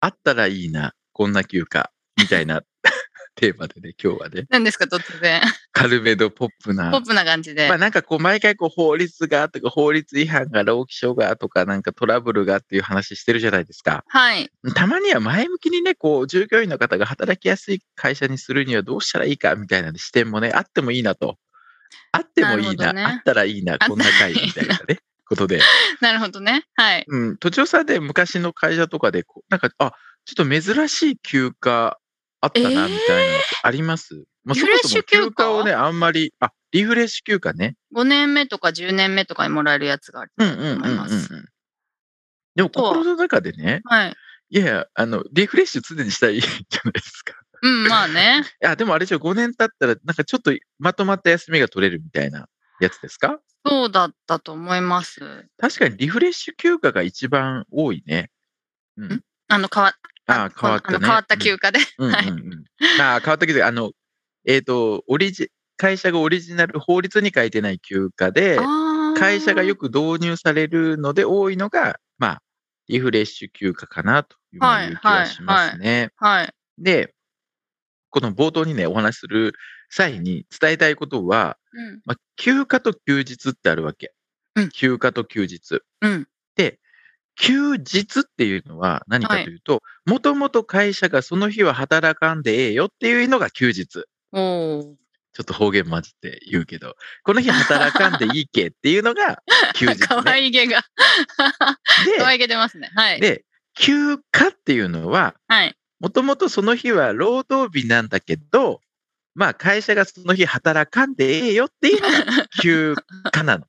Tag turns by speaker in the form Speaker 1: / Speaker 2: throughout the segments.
Speaker 1: あったらいいな、こんな休暇、みたいな テーマでね、今日はね、
Speaker 2: 何ですか突然
Speaker 1: 軽めのポップな。
Speaker 2: ポップな感じで
Speaker 1: まあなんかこう、毎回こう、法律がとか、法律違反が、労基署がとか、なんかトラブルがっていう話してるじゃないですか。
Speaker 2: はい
Speaker 1: たまには前向きにね、こう、従業員の方が働きやすい会社にするにはどうしたらいいか、みたいな視点もね、あってもいいなと。あってもいい
Speaker 2: なるほど
Speaker 1: な、
Speaker 2: ね
Speaker 1: あったらいいな、こんな会、みたいな ね、ことで。
Speaker 2: なるほどねはい
Speaker 1: うん、途中さんで昔の会社とかでこう、なんか、あ、ちょっと珍しい休暇あったな、みたいなのってあります、まあ、
Speaker 2: リ
Speaker 1: そ
Speaker 2: フ
Speaker 1: も
Speaker 2: レッ
Speaker 1: そ
Speaker 2: シュ
Speaker 1: も
Speaker 2: 休暇
Speaker 1: 休暇をね、あんまり、あ、リフレッシュ休暇ね。
Speaker 2: 5年目とか10年目とかにもらえるやつがある
Speaker 1: うんうんうん
Speaker 2: 思
Speaker 1: う
Speaker 2: い
Speaker 1: んう
Speaker 2: ます
Speaker 1: ん。でも、
Speaker 2: とは
Speaker 1: 心の中でね、
Speaker 2: はい
Speaker 1: いやいや、あの、リフレッシュ常にしたい じゃないですか。
Speaker 2: うんま あね
Speaker 1: いや、でもあれじゃ5年経ったら、なんかちょっとまとまった休みが取れるみたいなやつですか
Speaker 2: そうだったと思います
Speaker 1: 確かにリフレッシュ休暇が一番多いね。うん
Speaker 2: ん。あの変わ
Speaker 1: ああ、変わったね
Speaker 2: あ。の変わった
Speaker 1: うん
Speaker 2: 休暇で、
Speaker 1: うんうん
Speaker 2: はい
Speaker 1: うん まあ変わったけど、あの、えっ、と、オリジ、会社がオリジナル、法律に書いてない休暇で、会社がよ
Speaker 2: く
Speaker 1: く導入されるので多いのが、まあ、リフレッシュ休暇かなという
Speaker 2: はい
Speaker 1: いう気はしますね。
Speaker 2: はい
Speaker 1: で、この冒頭にね、お話しする際に伝えたいことは、
Speaker 2: うん
Speaker 1: まあ、休暇と休日ってあるわけ。
Speaker 2: うん
Speaker 1: 休暇と休日。
Speaker 2: うん
Speaker 1: 休日っていうのは何かというと、もともと会社がその日は働かんでええよっていうのが休日。
Speaker 2: おー
Speaker 1: ちょっと方言混じって言うけど、この日働かんでいいけっていうのが休 日、
Speaker 2: 可
Speaker 1: ね。
Speaker 2: 愛げが可愛げ出ますねはい
Speaker 1: で、で、休暇っていうのは、
Speaker 2: はい
Speaker 1: もともとその日は労働日なんだけど、まあ会社がその日働かんでええよっていうのが休暇 なの。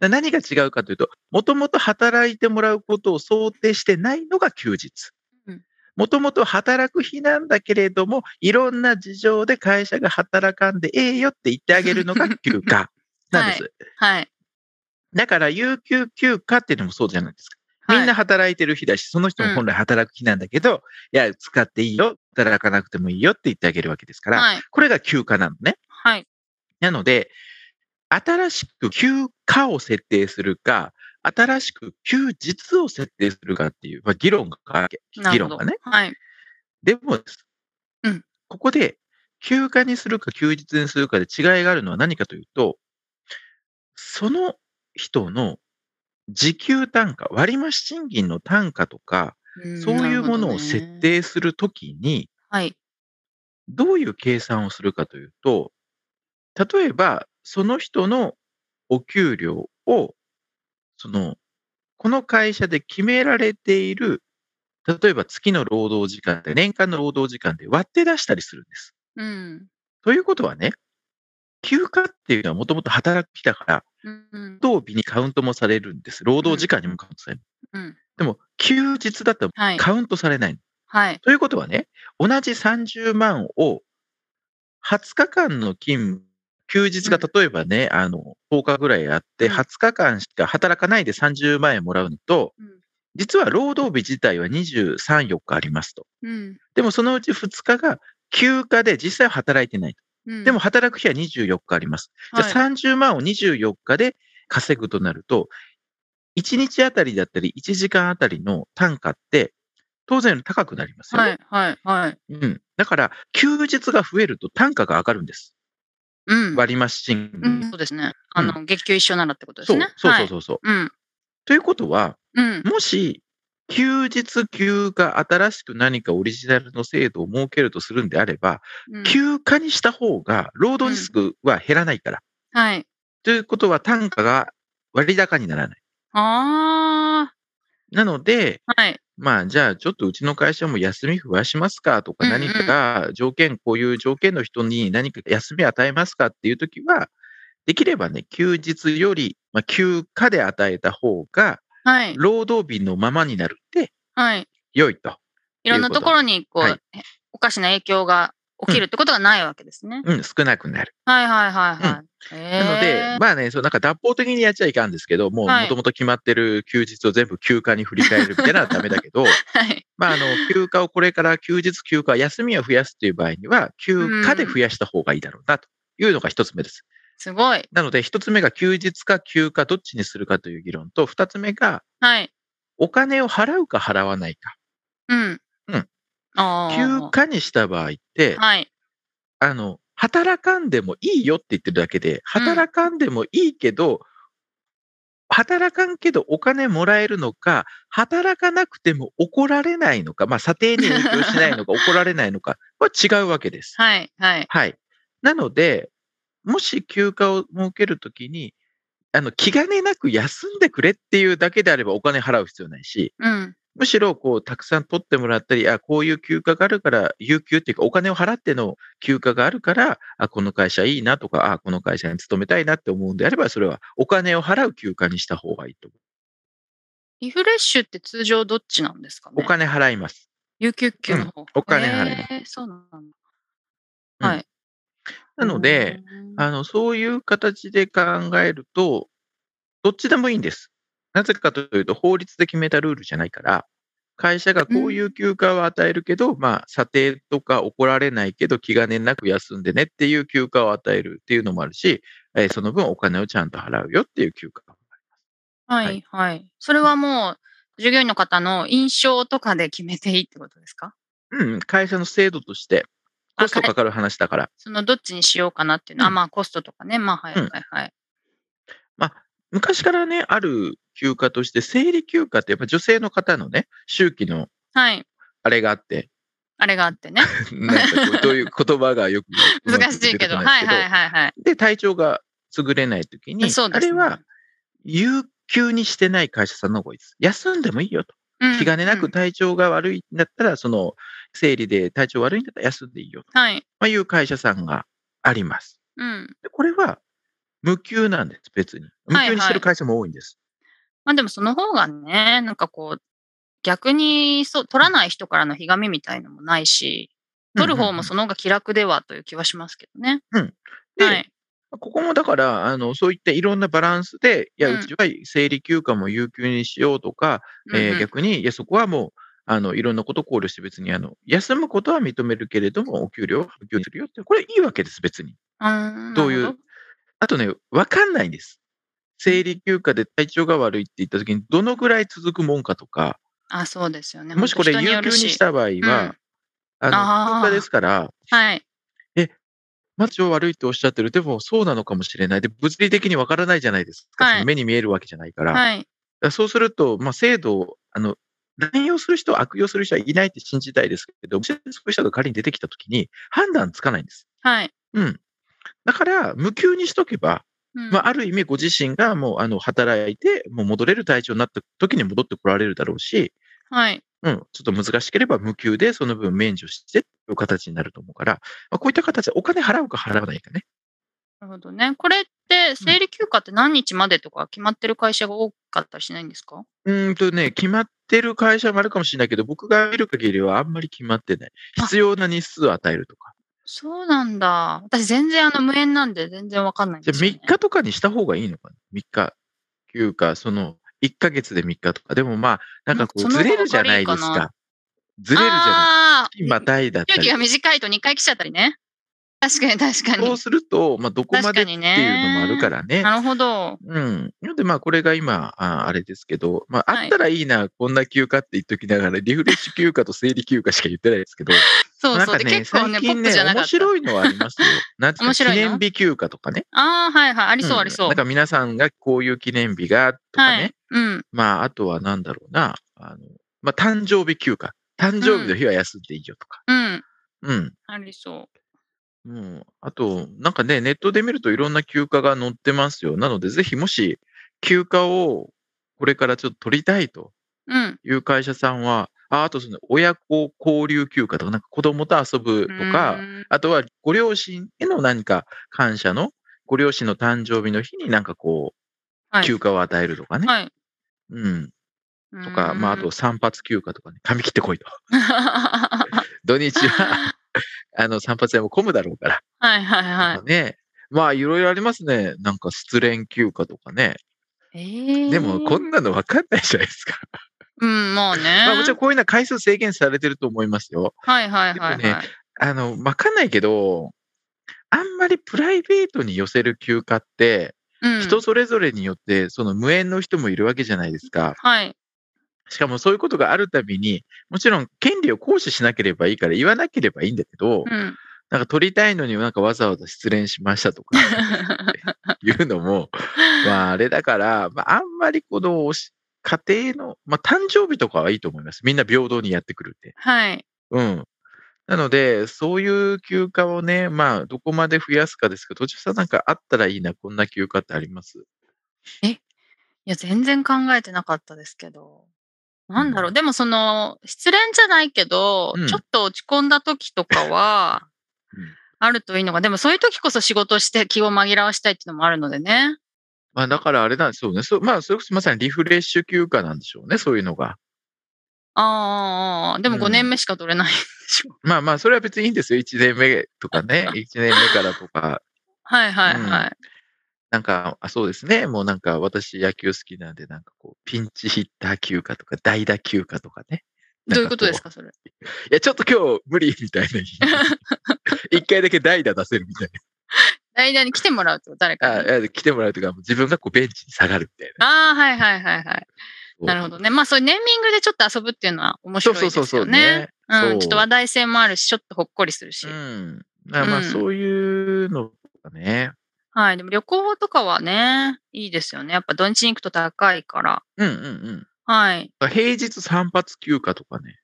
Speaker 1: な何が違うかというと、もともと働いてもらうことを想定してないのが休日
Speaker 2: うん。
Speaker 1: もともと働く日なんだけれども、いろんな事情で会社が働かんでええよって言ってあげるのが休暇なんです。
Speaker 2: はい
Speaker 1: だから、有給休暇っていうのもそうじゃないですか。
Speaker 2: はい
Speaker 1: みんな働いてる日だし、その人も本来働く日なんだけど、いや、使っていいよ、働かなくてもいいよって言ってあげるわけですから、
Speaker 2: はい
Speaker 1: これが休暇なのね。
Speaker 2: はい
Speaker 1: なので、新しく休暇を設定するか、新しく休日を設定するかっていう、まあ、議論があるわけ
Speaker 2: な
Speaker 1: 議
Speaker 2: るほ
Speaker 1: 論が
Speaker 2: ど
Speaker 1: ね。
Speaker 2: はい
Speaker 1: でもです、
Speaker 2: うん
Speaker 1: ここで休暇にするか休日にするかで違いがあるのは何かというと、その人の時給単価、割増賃金の単価とか、
Speaker 2: ん
Speaker 1: そういうものを
Speaker 2: なる
Speaker 1: 設
Speaker 2: ほどね
Speaker 1: 定するときに、
Speaker 2: はい
Speaker 1: どういう計算をするかというと、例えば、その人のお給料を、その、この会社で決められている、例えば月の労働時間で、年間の労働時間で割って出したりするんです。
Speaker 2: うん
Speaker 1: ということはね、休暇っていうのはもともと働く日だから、
Speaker 2: うんうん
Speaker 1: 労働日にカウントもされるんです。労働時間にもカウントされる。
Speaker 2: うん
Speaker 1: でも、休日だと
Speaker 2: はい
Speaker 1: カウントされない。
Speaker 2: はい
Speaker 1: ということはね、同じ30万を20日間の勤務、休日が
Speaker 2: うん
Speaker 1: 例えばね、あの、10日ぐらいあって、
Speaker 2: うん
Speaker 1: 20日間しか働かないで30万円もらうのと
Speaker 2: うん、
Speaker 1: 実は労働日自体は23、4日ありますと。
Speaker 2: うん
Speaker 1: でもそのうち2日が休暇で実際は働いてない。
Speaker 2: うん
Speaker 1: でも働く日は24日あります。じゃあ
Speaker 2: はい
Speaker 1: 30万を24日で稼ぐとなると、1日あたりだったり、1時間あたりの単価って、当然より高くなりますよね。
Speaker 2: はいはいはい
Speaker 1: うん。だから、休日が増えると単価が上がるんです。
Speaker 2: うん
Speaker 1: 割増賃金。
Speaker 2: うんそうですねあの月給一緒ならってことです
Speaker 1: そう
Speaker 2: ね
Speaker 1: そうそう
Speaker 2: う
Speaker 1: そうそう。
Speaker 2: うん
Speaker 1: ということは、
Speaker 2: うん
Speaker 1: もし、休日休暇、新しく何かオリジナルの制度を設けるとするんであれば、
Speaker 2: うん
Speaker 1: 休暇にした方が、労働リスクは減らないから。
Speaker 2: はい
Speaker 1: ということは、単価が割高にならない。
Speaker 2: あ
Speaker 1: なので、
Speaker 2: あはい
Speaker 1: まあ、じゃあ、ちょっとうちの会社も休み増やしますかとか、
Speaker 2: うんうん
Speaker 1: 何か条件、こういう条件の人に何か休み与えますかっていうときは、できればね、休日より、まあ、休暇で与えた方が、
Speaker 2: はい
Speaker 1: 労働日のままになるって
Speaker 2: はい
Speaker 1: 良いと。
Speaker 2: いろんなところに、こう、
Speaker 1: はい
Speaker 2: おかしな影響が起きるってことがないわけですね。
Speaker 1: うん、少なくなる。
Speaker 2: はいはいはいはい。へー
Speaker 1: なので、まあね、そうなんか脱法的にやっちゃいかんですけど、もう
Speaker 2: はい
Speaker 1: 元々決まってる休日を全部休暇に振り返るみたいなのはダメだけど、
Speaker 2: はい。
Speaker 1: まああの、休暇をこれから休日休暇、休みを増やすという場合には、休暇で増やした方がいいだろうなというのが一つ目です。
Speaker 2: すごい。
Speaker 1: なので、一つ目が休日か休暇どっちにするかという議論と、二つ目が
Speaker 2: はい。
Speaker 1: お金を払うか払わないか。
Speaker 2: うん。
Speaker 1: うん。
Speaker 2: ああ。
Speaker 1: 休暇にした場合って、
Speaker 2: はい。
Speaker 1: あの、働かんでもいいよって言ってるだけで、働かんでもいいけど、働かんけどお金もらえるのか、働かなくても怒られないのか、まあ、査定に影響しないの か、怒られないのかは違うわけです。
Speaker 2: はい。はい。
Speaker 1: はい。なので、もし休暇を設けるときに、あの、気兼ねなく休んでくれっていうだけであればお金払う必要ないし、
Speaker 2: うん。
Speaker 1: むしろこうたくさん取ってもらったり、あこういう休暇があるから、有給っていうか、お金を払っての休暇があるから、あこの会社いいなとか、あこの会社に勤めたいなって思うんであれば、それはお金を払う休暇にした方がいいと思
Speaker 2: リフレッシュって通常どっちなんですか
Speaker 1: う。
Speaker 2: ね
Speaker 1: お金払います。
Speaker 2: 有給給の方。
Speaker 1: お金払います
Speaker 2: へーそうなん
Speaker 1: うん
Speaker 2: だ。はい。
Speaker 1: なので、
Speaker 2: うん、
Speaker 1: あのそういう形で考えると、どっちでもいいんです。なぜかというと、法律で決めたルールじゃないから、会社がこういう休暇を与えるけど、まあ、査定とか怒られないけど、気兼ねなく休んでねっていう休暇を与えるっていうのもあるし、えーその分お金をちゃんと払うよっていう休暇。
Speaker 2: は
Speaker 1: はいい
Speaker 2: はい。それはもう、従業員の方の印象とかで決めていいってことですか
Speaker 1: うん、会社の制度として、
Speaker 2: あ
Speaker 1: コスト
Speaker 2: か
Speaker 1: かかる話だから、
Speaker 2: そのどっちにしようかなっていうのは、
Speaker 1: うん
Speaker 2: まあコストとかね。まあはいは
Speaker 1: う
Speaker 2: い
Speaker 1: ん
Speaker 2: はい。
Speaker 1: 昔からね、ある休暇として、生理休暇って、やっぱ女性の方のね、周期の
Speaker 2: はい。
Speaker 1: あれがあって、
Speaker 2: あれがあってね。
Speaker 1: なんかこうどう いう言葉がよくう まく
Speaker 2: 難しい
Speaker 1: 出て
Speaker 2: けど。
Speaker 1: こ
Speaker 2: はい
Speaker 1: ないです
Speaker 2: はいはいは
Speaker 1: で、体調が優れないときに、
Speaker 2: い。そう
Speaker 1: あ
Speaker 2: です、
Speaker 1: れ
Speaker 2: ね。
Speaker 1: は、有給にしてない会社さんの方がいいです。休んでもいいよと。
Speaker 2: うん
Speaker 1: 気兼ねな
Speaker 2: う
Speaker 1: く
Speaker 2: ん
Speaker 1: 体調が悪いんだったら、その、生理で体調悪いんだったら休んでいいよと、
Speaker 2: はい。
Speaker 1: まあ、いう会社さんがあります。
Speaker 2: うん。
Speaker 1: でこれは、無給なんです、別に。無
Speaker 2: はい
Speaker 1: 給にしてる会社も多いんです。
Speaker 2: まあでもその方がね、なんかこう、逆にそう取らない人からのひがみみたいのもないし、取る方もその方が気楽ではという気はしますけどね。
Speaker 1: で
Speaker 2: はい。
Speaker 1: ここもだから、あの、そういったいろんなバランスで、いや、
Speaker 2: うん
Speaker 1: うちは生理休暇も有給にしようとか、え
Speaker 2: うんうん
Speaker 1: ー逆に、いや、そこはもう、あの、いろんなことを考慮して別に、あの、休むことは認めるけれども、お給料は発給するよって、これいいわけです、別に。
Speaker 2: あー
Speaker 1: どうい
Speaker 2: なる
Speaker 1: う
Speaker 2: ほど、
Speaker 1: あとね、わかんないんです。生理休暇で体調が悪いって言った時に、どのぐらい続くもんかとか、
Speaker 2: あ、そうですよね。
Speaker 1: もしこれ有
Speaker 2: 本当人
Speaker 1: 給
Speaker 2: よる
Speaker 1: にした場合は、あ
Speaker 2: あー
Speaker 1: の、休暇ですから、
Speaker 2: はい。
Speaker 1: まあ体調悪いっておっしゃってる、でもそうなのかもしれない。で、物理的にわからないじゃないですか。
Speaker 2: はい
Speaker 1: その目に見えるわけじゃないから。
Speaker 2: はい。
Speaker 1: だからそうすると、まあ、制度を、あの、乱用する人、悪用する人はいないって信じたいですけど、もしそういう人が仮に出てきたときに、判断つかないんです。
Speaker 2: はい。
Speaker 1: うん。だから、無給にしとけば、
Speaker 2: うん
Speaker 1: まあ、ある意味ご自身がもう、あの、働いて、もう戻れる体調になった時に戻ってこられるだろうし、
Speaker 2: はい。
Speaker 1: うん、ちょっと難しければ無給でその分免除してという形になると思うから、まあ、こういった形でお金払うか払わないかね。
Speaker 2: なるほどね。これって、生理休暇って何日までとか決まってる会社が多かったりしないんですか
Speaker 1: うーんとね、決まってる会社もあるかもしれないけど、僕が見る限りはあんまり決まってない。
Speaker 2: あ
Speaker 1: 必要な日数を与えるとか。
Speaker 2: そうなんだ。私全然あの無縁なんで全然わかんないん
Speaker 1: じ
Speaker 2: で
Speaker 1: ゃあ
Speaker 2: すよ、
Speaker 1: 3
Speaker 2: ね。
Speaker 1: 日とかにした方がいいのかな ?3 日。いうか、その、1ヶ月で3日とか。でもまあ、なんかこ、
Speaker 2: そうの
Speaker 1: ず
Speaker 2: 方が
Speaker 1: れるじゃないです
Speaker 2: 軽いかな
Speaker 1: か。ずれるじゃ
Speaker 2: ああ
Speaker 1: ない。月またいだった
Speaker 2: ー、休
Speaker 1: り
Speaker 2: 憩。が短いと2回来ちゃったりね。確かに確か
Speaker 1: そう
Speaker 2: に。
Speaker 1: すると、まあ、どこま
Speaker 2: 確
Speaker 1: でっ
Speaker 2: か
Speaker 1: てい
Speaker 2: に
Speaker 1: う
Speaker 2: ね
Speaker 1: のもあるからね。
Speaker 2: なるほど。
Speaker 1: うん。なので、まあ、これが今、ああれですけど、まあ、
Speaker 2: はい
Speaker 1: あったらいいな、こんな休暇って言っときながら、リフレッシュ休暇と生理休暇しか言ってないですけど、
Speaker 2: そう
Speaker 1: なん
Speaker 2: そう。
Speaker 1: か
Speaker 2: で
Speaker 1: ね、
Speaker 2: 結構
Speaker 1: 最
Speaker 2: ね、ポッ
Speaker 1: 近
Speaker 2: プ
Speaker 1: ね
Speaker 2: じゃ、なかっ
Speaker 1: 面
Speaker 2: た。
Speaker 1: 白いのはあり ますよ。なんていう
Speaker 2: 面
Speaker 1: か、記
Speaker 2: 白いの
Speaker 1: 念日休暇とかね。
Speaker 2: ああ、はいはい。ありそうあり
Speaker 1: ん
Speaker 2: そう。
Speaker 1: なんか皆さんがこういう記念日がとかね。
Speaker 2: はい。うん。
Speaker 1: まあ、あとはなんだろうな。あの、まあ、誕生日休暇。誕生日の日は休んでいいよとか。
Speaker 2: うん。
Speaker 1: うん。
Speaker 2: ありそう。
Speaker 1: うん、あと、なんかね、ネットで見るといろんな休暇が載ってますよ。なので、ぜひもし休暇をこれからちょっと取りたいと
Speaker 2: うん。
Speaker 1: いう会社さんは、ああとその親子交流休暇とか、なんか子供と遊ぶとか、
Speaker 2: うーん
Speaker 1: あとはご両親への何か感謝の、ご両親の誕生日の日になんかこう、
Speaker 2: はい
Speaker 1: 休暇を与えるとかね。
Speaker 2: はい。
Speaker 1: うん。とか、まあ、あと散髪休暇とかね、髪切ってこいと。
Speaker 2: は
Speaker 1: 土日は、 あの、散髪屋も混むだろうから。
Speaker 2: い はいは
Speaker 1: ね。まあ、いろいろありますね。なんか、失恋休暇とかね。
Speaker 2: い。えー
Speaker 1: でも、こんなの分かんないじゃないですか。
Speaker 2: うん、もうね。
Speaker 1: まあ、もちろんこういうのは回数制限されてると思いますよ。
Speaker 2: はいはいはい、はい
Speaker 1: でもあの、わかんないけど、あんまりプライベートに寄せる休暇って、
Speaker 2: うん。
Speaker 1: 人それぞれによって、その無縁の人もいるわけじゃないですか。
Speaker 2: はい。
Speaker 1: しかもそういうことがあるたびに、もちろん権利を行使しなければいいから言わなければいいんだけど、
Speaker 2: うん。
Speaker 1: なんか取りたいのになんかわざわざ失恋しましたと かいうのも、まああれだから、まああんまりこのおし家庭の、まあ誕生日とかはいいと思います。みんな平等にやってくるって。
Speaker 2: はい。
Speaker 1: うん。なので、そういう休暇をね、まあどこまで増やすかですけど、途中さんなんかあったらいいな、こんな休暇ってあります。
Speaker 2: いや、全然考えてなかったですけど。なんだろう、でもその、失恋じゃないけど、
Speaker 1: うん
Speaker 2: ちょっと落ち込んだ時とかは
Speaker 1: うん、
Speaker 2: あるといいのが、でもそういう時こそ仕事して気を紛らわしたいっていうのもあるのでね。
Speaker 1: まあだからあれなんですよね。そうまあそれこそまさにリフレッシュ休暇なんでしょうね、そういうのが。
Speaker 2: ああ、でも
Speaker 1: うん
Speaker 2: 5年目しか取れないんでしょ。
Speaker 1: まあまあ、それは別にいいんですよ。1年目とかね、1年目からとか、
Speaker 2: はいはいはい。
Speaker 1: なんか、あそうですね、もうなんか私野球好きなんで、なんかこう、ピンチヒッター休暇とか、代打休暇とかね。
Speaker 2: どういうことです
Speaker 1: か
Speaker 2: か、それ。
Speaker 1: いや、ちょっと今日無理みたいな日。 一回だけ代打出せるみたい
Speaker 2: 代打に来てもらうと、誰
Speaker 1: な。
Speaker 2: か
Speaker 1: あ
Speaker 2: に。
Speaker 1: いや来てもらうとか、自分がこうベンチに下がるみたい
Speaker 2: ああ、はいはいはいはい。
Speaker 1: な。
Speaker 2: なるほどね。まあそういうネーミングでちょっと遊ぶっていうのは面
Speaker 1: そ
Speaker 2: 白
Speaker 1: う
Speaker 2: い
Speaker 1: そ
Speaker 2: で
Speaker 1: う
Speaker 2: す
Speaker 1: そ
Speaker 2: よ
Speaker 1: う
Speaker 2: ね。
Speaker 1: そうね。
Speaker 2: う
Speaker 1: そ
Speaker 2: ん、
Speaker 1: う
Speaker 2: ちょっと話題性もあるし、ちょっとほっこりするし。
Speaker 1: うん。まあま
Speaker 2: う
Speaker 1: あ、
Speaker 2: ん
Speaker 1: そういうのとかね。
Speaker 2: はい。でも旅行とかはね、いいですよね。やっぱ土日に行くと高いから。
Speaker 1: うんうん
Speaker 2: はい。
Speaker 1: うん。平日散髪休暇とかね。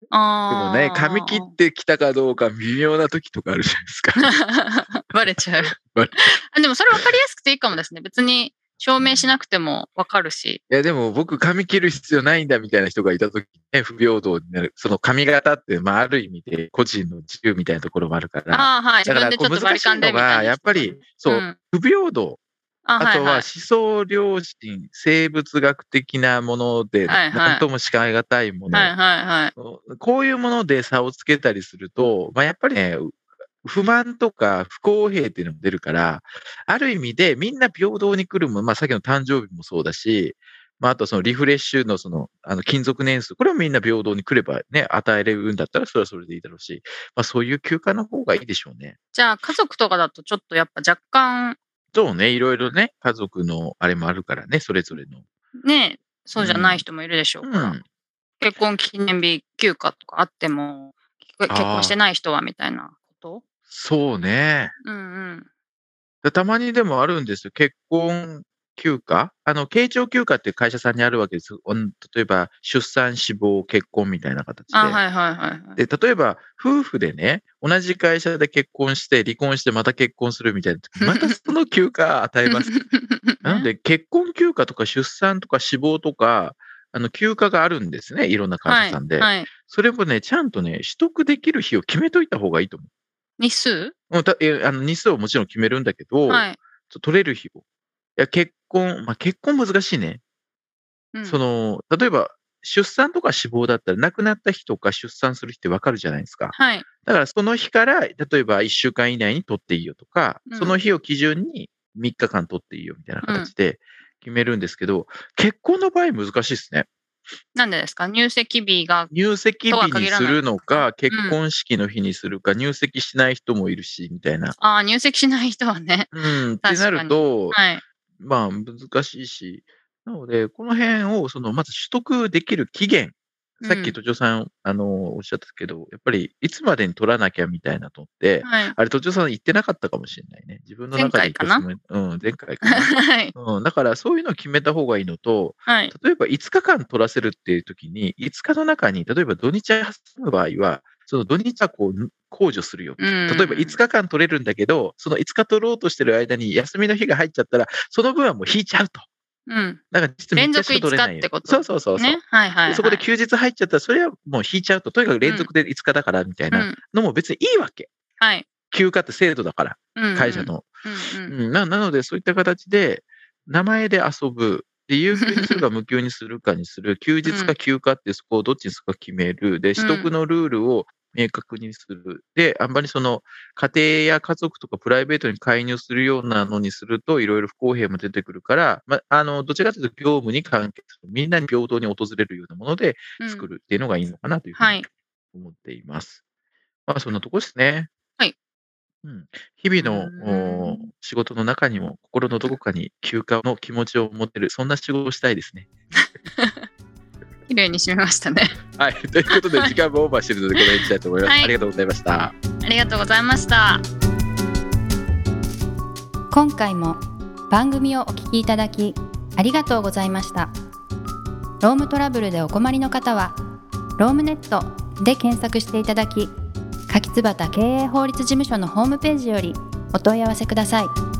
Speaker 1: で
Speaker 2: あ
Speaker 1: も
Speaker 2: あ。
Speaker 1: ね、髪切ってきたかどうか微妙な時とかあるじゃないですか。
Speaker 2: バレちゃう
Speaker 1: バレ。
Speaker 2: あでもそれ分かりやすくていいかもですね。別に証明しなくても分かるし。
Speaker 1: いや、でも僕、髪切る必要ないんだみたいな人がいたとき、ね、不平等になる。その髪型って、まあ、ある意味で個人の自由みたいなところもあるから。
Speaker 2: ああ、はい。自
Speaker 1: だから、
Speaker 2: 分で
Speaker 1: こ
Speaker 2: ちょ
Speaker 1: う、
Speaker 2: っとバ
Speaker 1: 難
Speaker 2: リ
Speaker 1: し
Speaker 2: カ
Speaker 1: い
Speaker 2: ンで
Speaker 1: の
Speaker 2: みた
Speaker 1: が、
Speaker 2: いな人とかね。
Speaker 1: やっぱり、そう、
Speaker 2: ん
Speaker 1: 不平等。
Speaker 2: あ
Speaker 1: あと
Speaker 2: い
Speaker 1: はい思想良心、生物学的なもので、
Speaker 2: はいはい
Speaker 1: なんともしかいがたいもの、
Speaker 2: はいはいはい。
Speaker 1: こういうもので差をつけたりすると、まあ、やっぱりね、不満とか不公平っていうのも出るから、ある意味でみんな平等に来るもの、まあ、さっきの誕生日もそうだし、まあ、あとそのリフレッシュのその、あの、勤続年数、これもみんな平等に来ればね、与えれるんだったらそれはそれでいいだろうし、まあ、そういう休暇の方がいいでしょうね。
Speaker 2: じゃあ家族とかだとちょっとやっぱ若干
Speaker 1: そうね、いろいろね、家族のあれもあるからね、それぞれの。
Speaker 2: ね、そうじゃない人もいるでしょうから。
Speaker 1: うん
Speaker 2: 結婚記念日休暇とかあっても結結
Speaker 1: あー
Speaker 2: 婚してない人はみたいなこと
Speaker 1: そうね。
Speaker 2: うんうん。
Speaker 1: でたまにでもあるんですよ。結婚休暇あの、慶長休暇って会社さんにあるわけです。おん例えば、出産、死亡、結婚みたいな形で。
Speaker 2: あはいはいはいはい。
Speaker 1: で、例えば、夫婦でね、同じ会社で結婚して、離婚して、また結婚するみたいな時、またその休暇与 えます。なんで、結婚休暇とか出産とか死亡とか、あの、休暇があるんですね。いろんな会社さんで。
Speaker 2: はいはい、
Speaker 1: それもね、ちゃんとね、取得できる日を決めといた方がいいと思う。
Speaker 2: 日数
Speaker 1: うんたえあの日数をもちろん決めるんだけど、
Speaker 2: はい。
Speaker 1: そう取れる日を。いや、結婚、まあ、結婚難しいね。
Speaker 2: うん
Speaker 1: その、例えば、出産とか死亡だったら、亡くなった日とか出産する日ってわかるじゃないですか。
Speaker 2: はい。
Speaker 1: だから、その日から、例えば1週間以内に取っていいよとか、
Speaker 2: うん
Speaker 1: その日を基準に3日間取っていいよみたいな形で決めるんですけど、結婚の場合難しいですね。
Speaker 2: なんでですか入籍日が。
Speaker 1: 入籍
Speaker 2: とは
Speaker 1: 日に
Speaker 2: 限ら
Speaker 1: す
Speaker 2: ない
Speaker 1: るのか、結婚式の日にするか、入籍しない人もいるし、みたいな。
Speaker 2: ああ、入籍しない人はね。
Speaker 1: うん、って
Speaker 2: 確
Speaker 1: な
Speaker 2: かに
Speaker 1: ると、
Speaker 2: はい。
Speaker 1: まあ難しいし、なので、この辺をそのまず取得できる期限、さっ
Speaker 2: うん
Speaker 1: き都庁さん、あのおっしゃったけど、やっぱりいつまでに取らなきゃみたいなとって、
Speaker 2: はい。
Speaker 1: あれ、都庁さん言ってなかったかもしれないね。自分の中で
Speaker 2: 前回かな
Speaker 1: 一つもうん、前回かな。
Speaker 2: はい。
Speaker 1: うん、だからそういうのを決めた方がいいのと、
Speaker 2: はい。
Speaker 1: 例えば5日間取らせるっていう時に、5日の中に、例えば土日挟む場合は、その土日はこう控除するよ
Speaker 2: うん
Speaker 1: 例えば5日間取れるんだけど、その5日取ろうとしてる間に休みの日が入っちゃったら、その分はもう引いちゃうと。
Speaker 2: うん。
Speaker 1: だから実
Speaker 2: 連続
Speaker 1: 3日しか取れない
Speaker 2: 5
Speaker 1: よ
Speaker 2: 日ってこと
Speaker 1: そうそうそうそう。
Speaker 2: ね。はいはい、はい。。
Speaker 1: そこで休日入っちゃったら、それはもう引いちゃうと、とにかく連続で5日だからみたいうなんのも別にいいわけ。
Speaker 2: はい。
Speaker 1: 休暇って制度だから、
Speaker 2: うん
Speaker 1: 会社。の。
Speaker 2: うんうん。
Speaker 1: うんななので、そういった形で、名前で遊ぶ、で、有給にするか無給にするかにす る、休日か休暇ってそこをどっちにするか決める、で、取得のルールを明確にする。で、あんまりその家庭や家族とかプライベートに介入するようなのにすると、いろいろ不公平も出てくるから、ま、あの、どちらかというと業務に関係する、みんなに平等に訪れるようなもので
Speaker 2: うん
Speaker 1: 作るっていうのがいいのかなというふうに
Speaker 2: はい。
Speaker 1: 思っています。まあ、そんなとこですね。
Speaker 2: はい。
Speaker 1: うん、日々
Speaker 2: う
Speaker 1: のお
Speaker 2: ん
Speaker 1: 仕事の中にも心のどこかに休暇の気持ちを持ってる、そんな仕事をしたいですね。
Speaker 2: 綺麗に締めましたね。
Speaker 1: はい。 ということで、時間もオーバーしてるので、この辺にしたいと思います。
Speaker 2: はい
Speaker 1: ありがとうございました。
Speaker 2: ありがとうございました。
Speaker 3: 今回も番組をお聞きいただきありがとうございましたロームトラブルでお困りの方はロームネットで検索していただき柿椿経営法律事務所のホームページよりお問い合わせください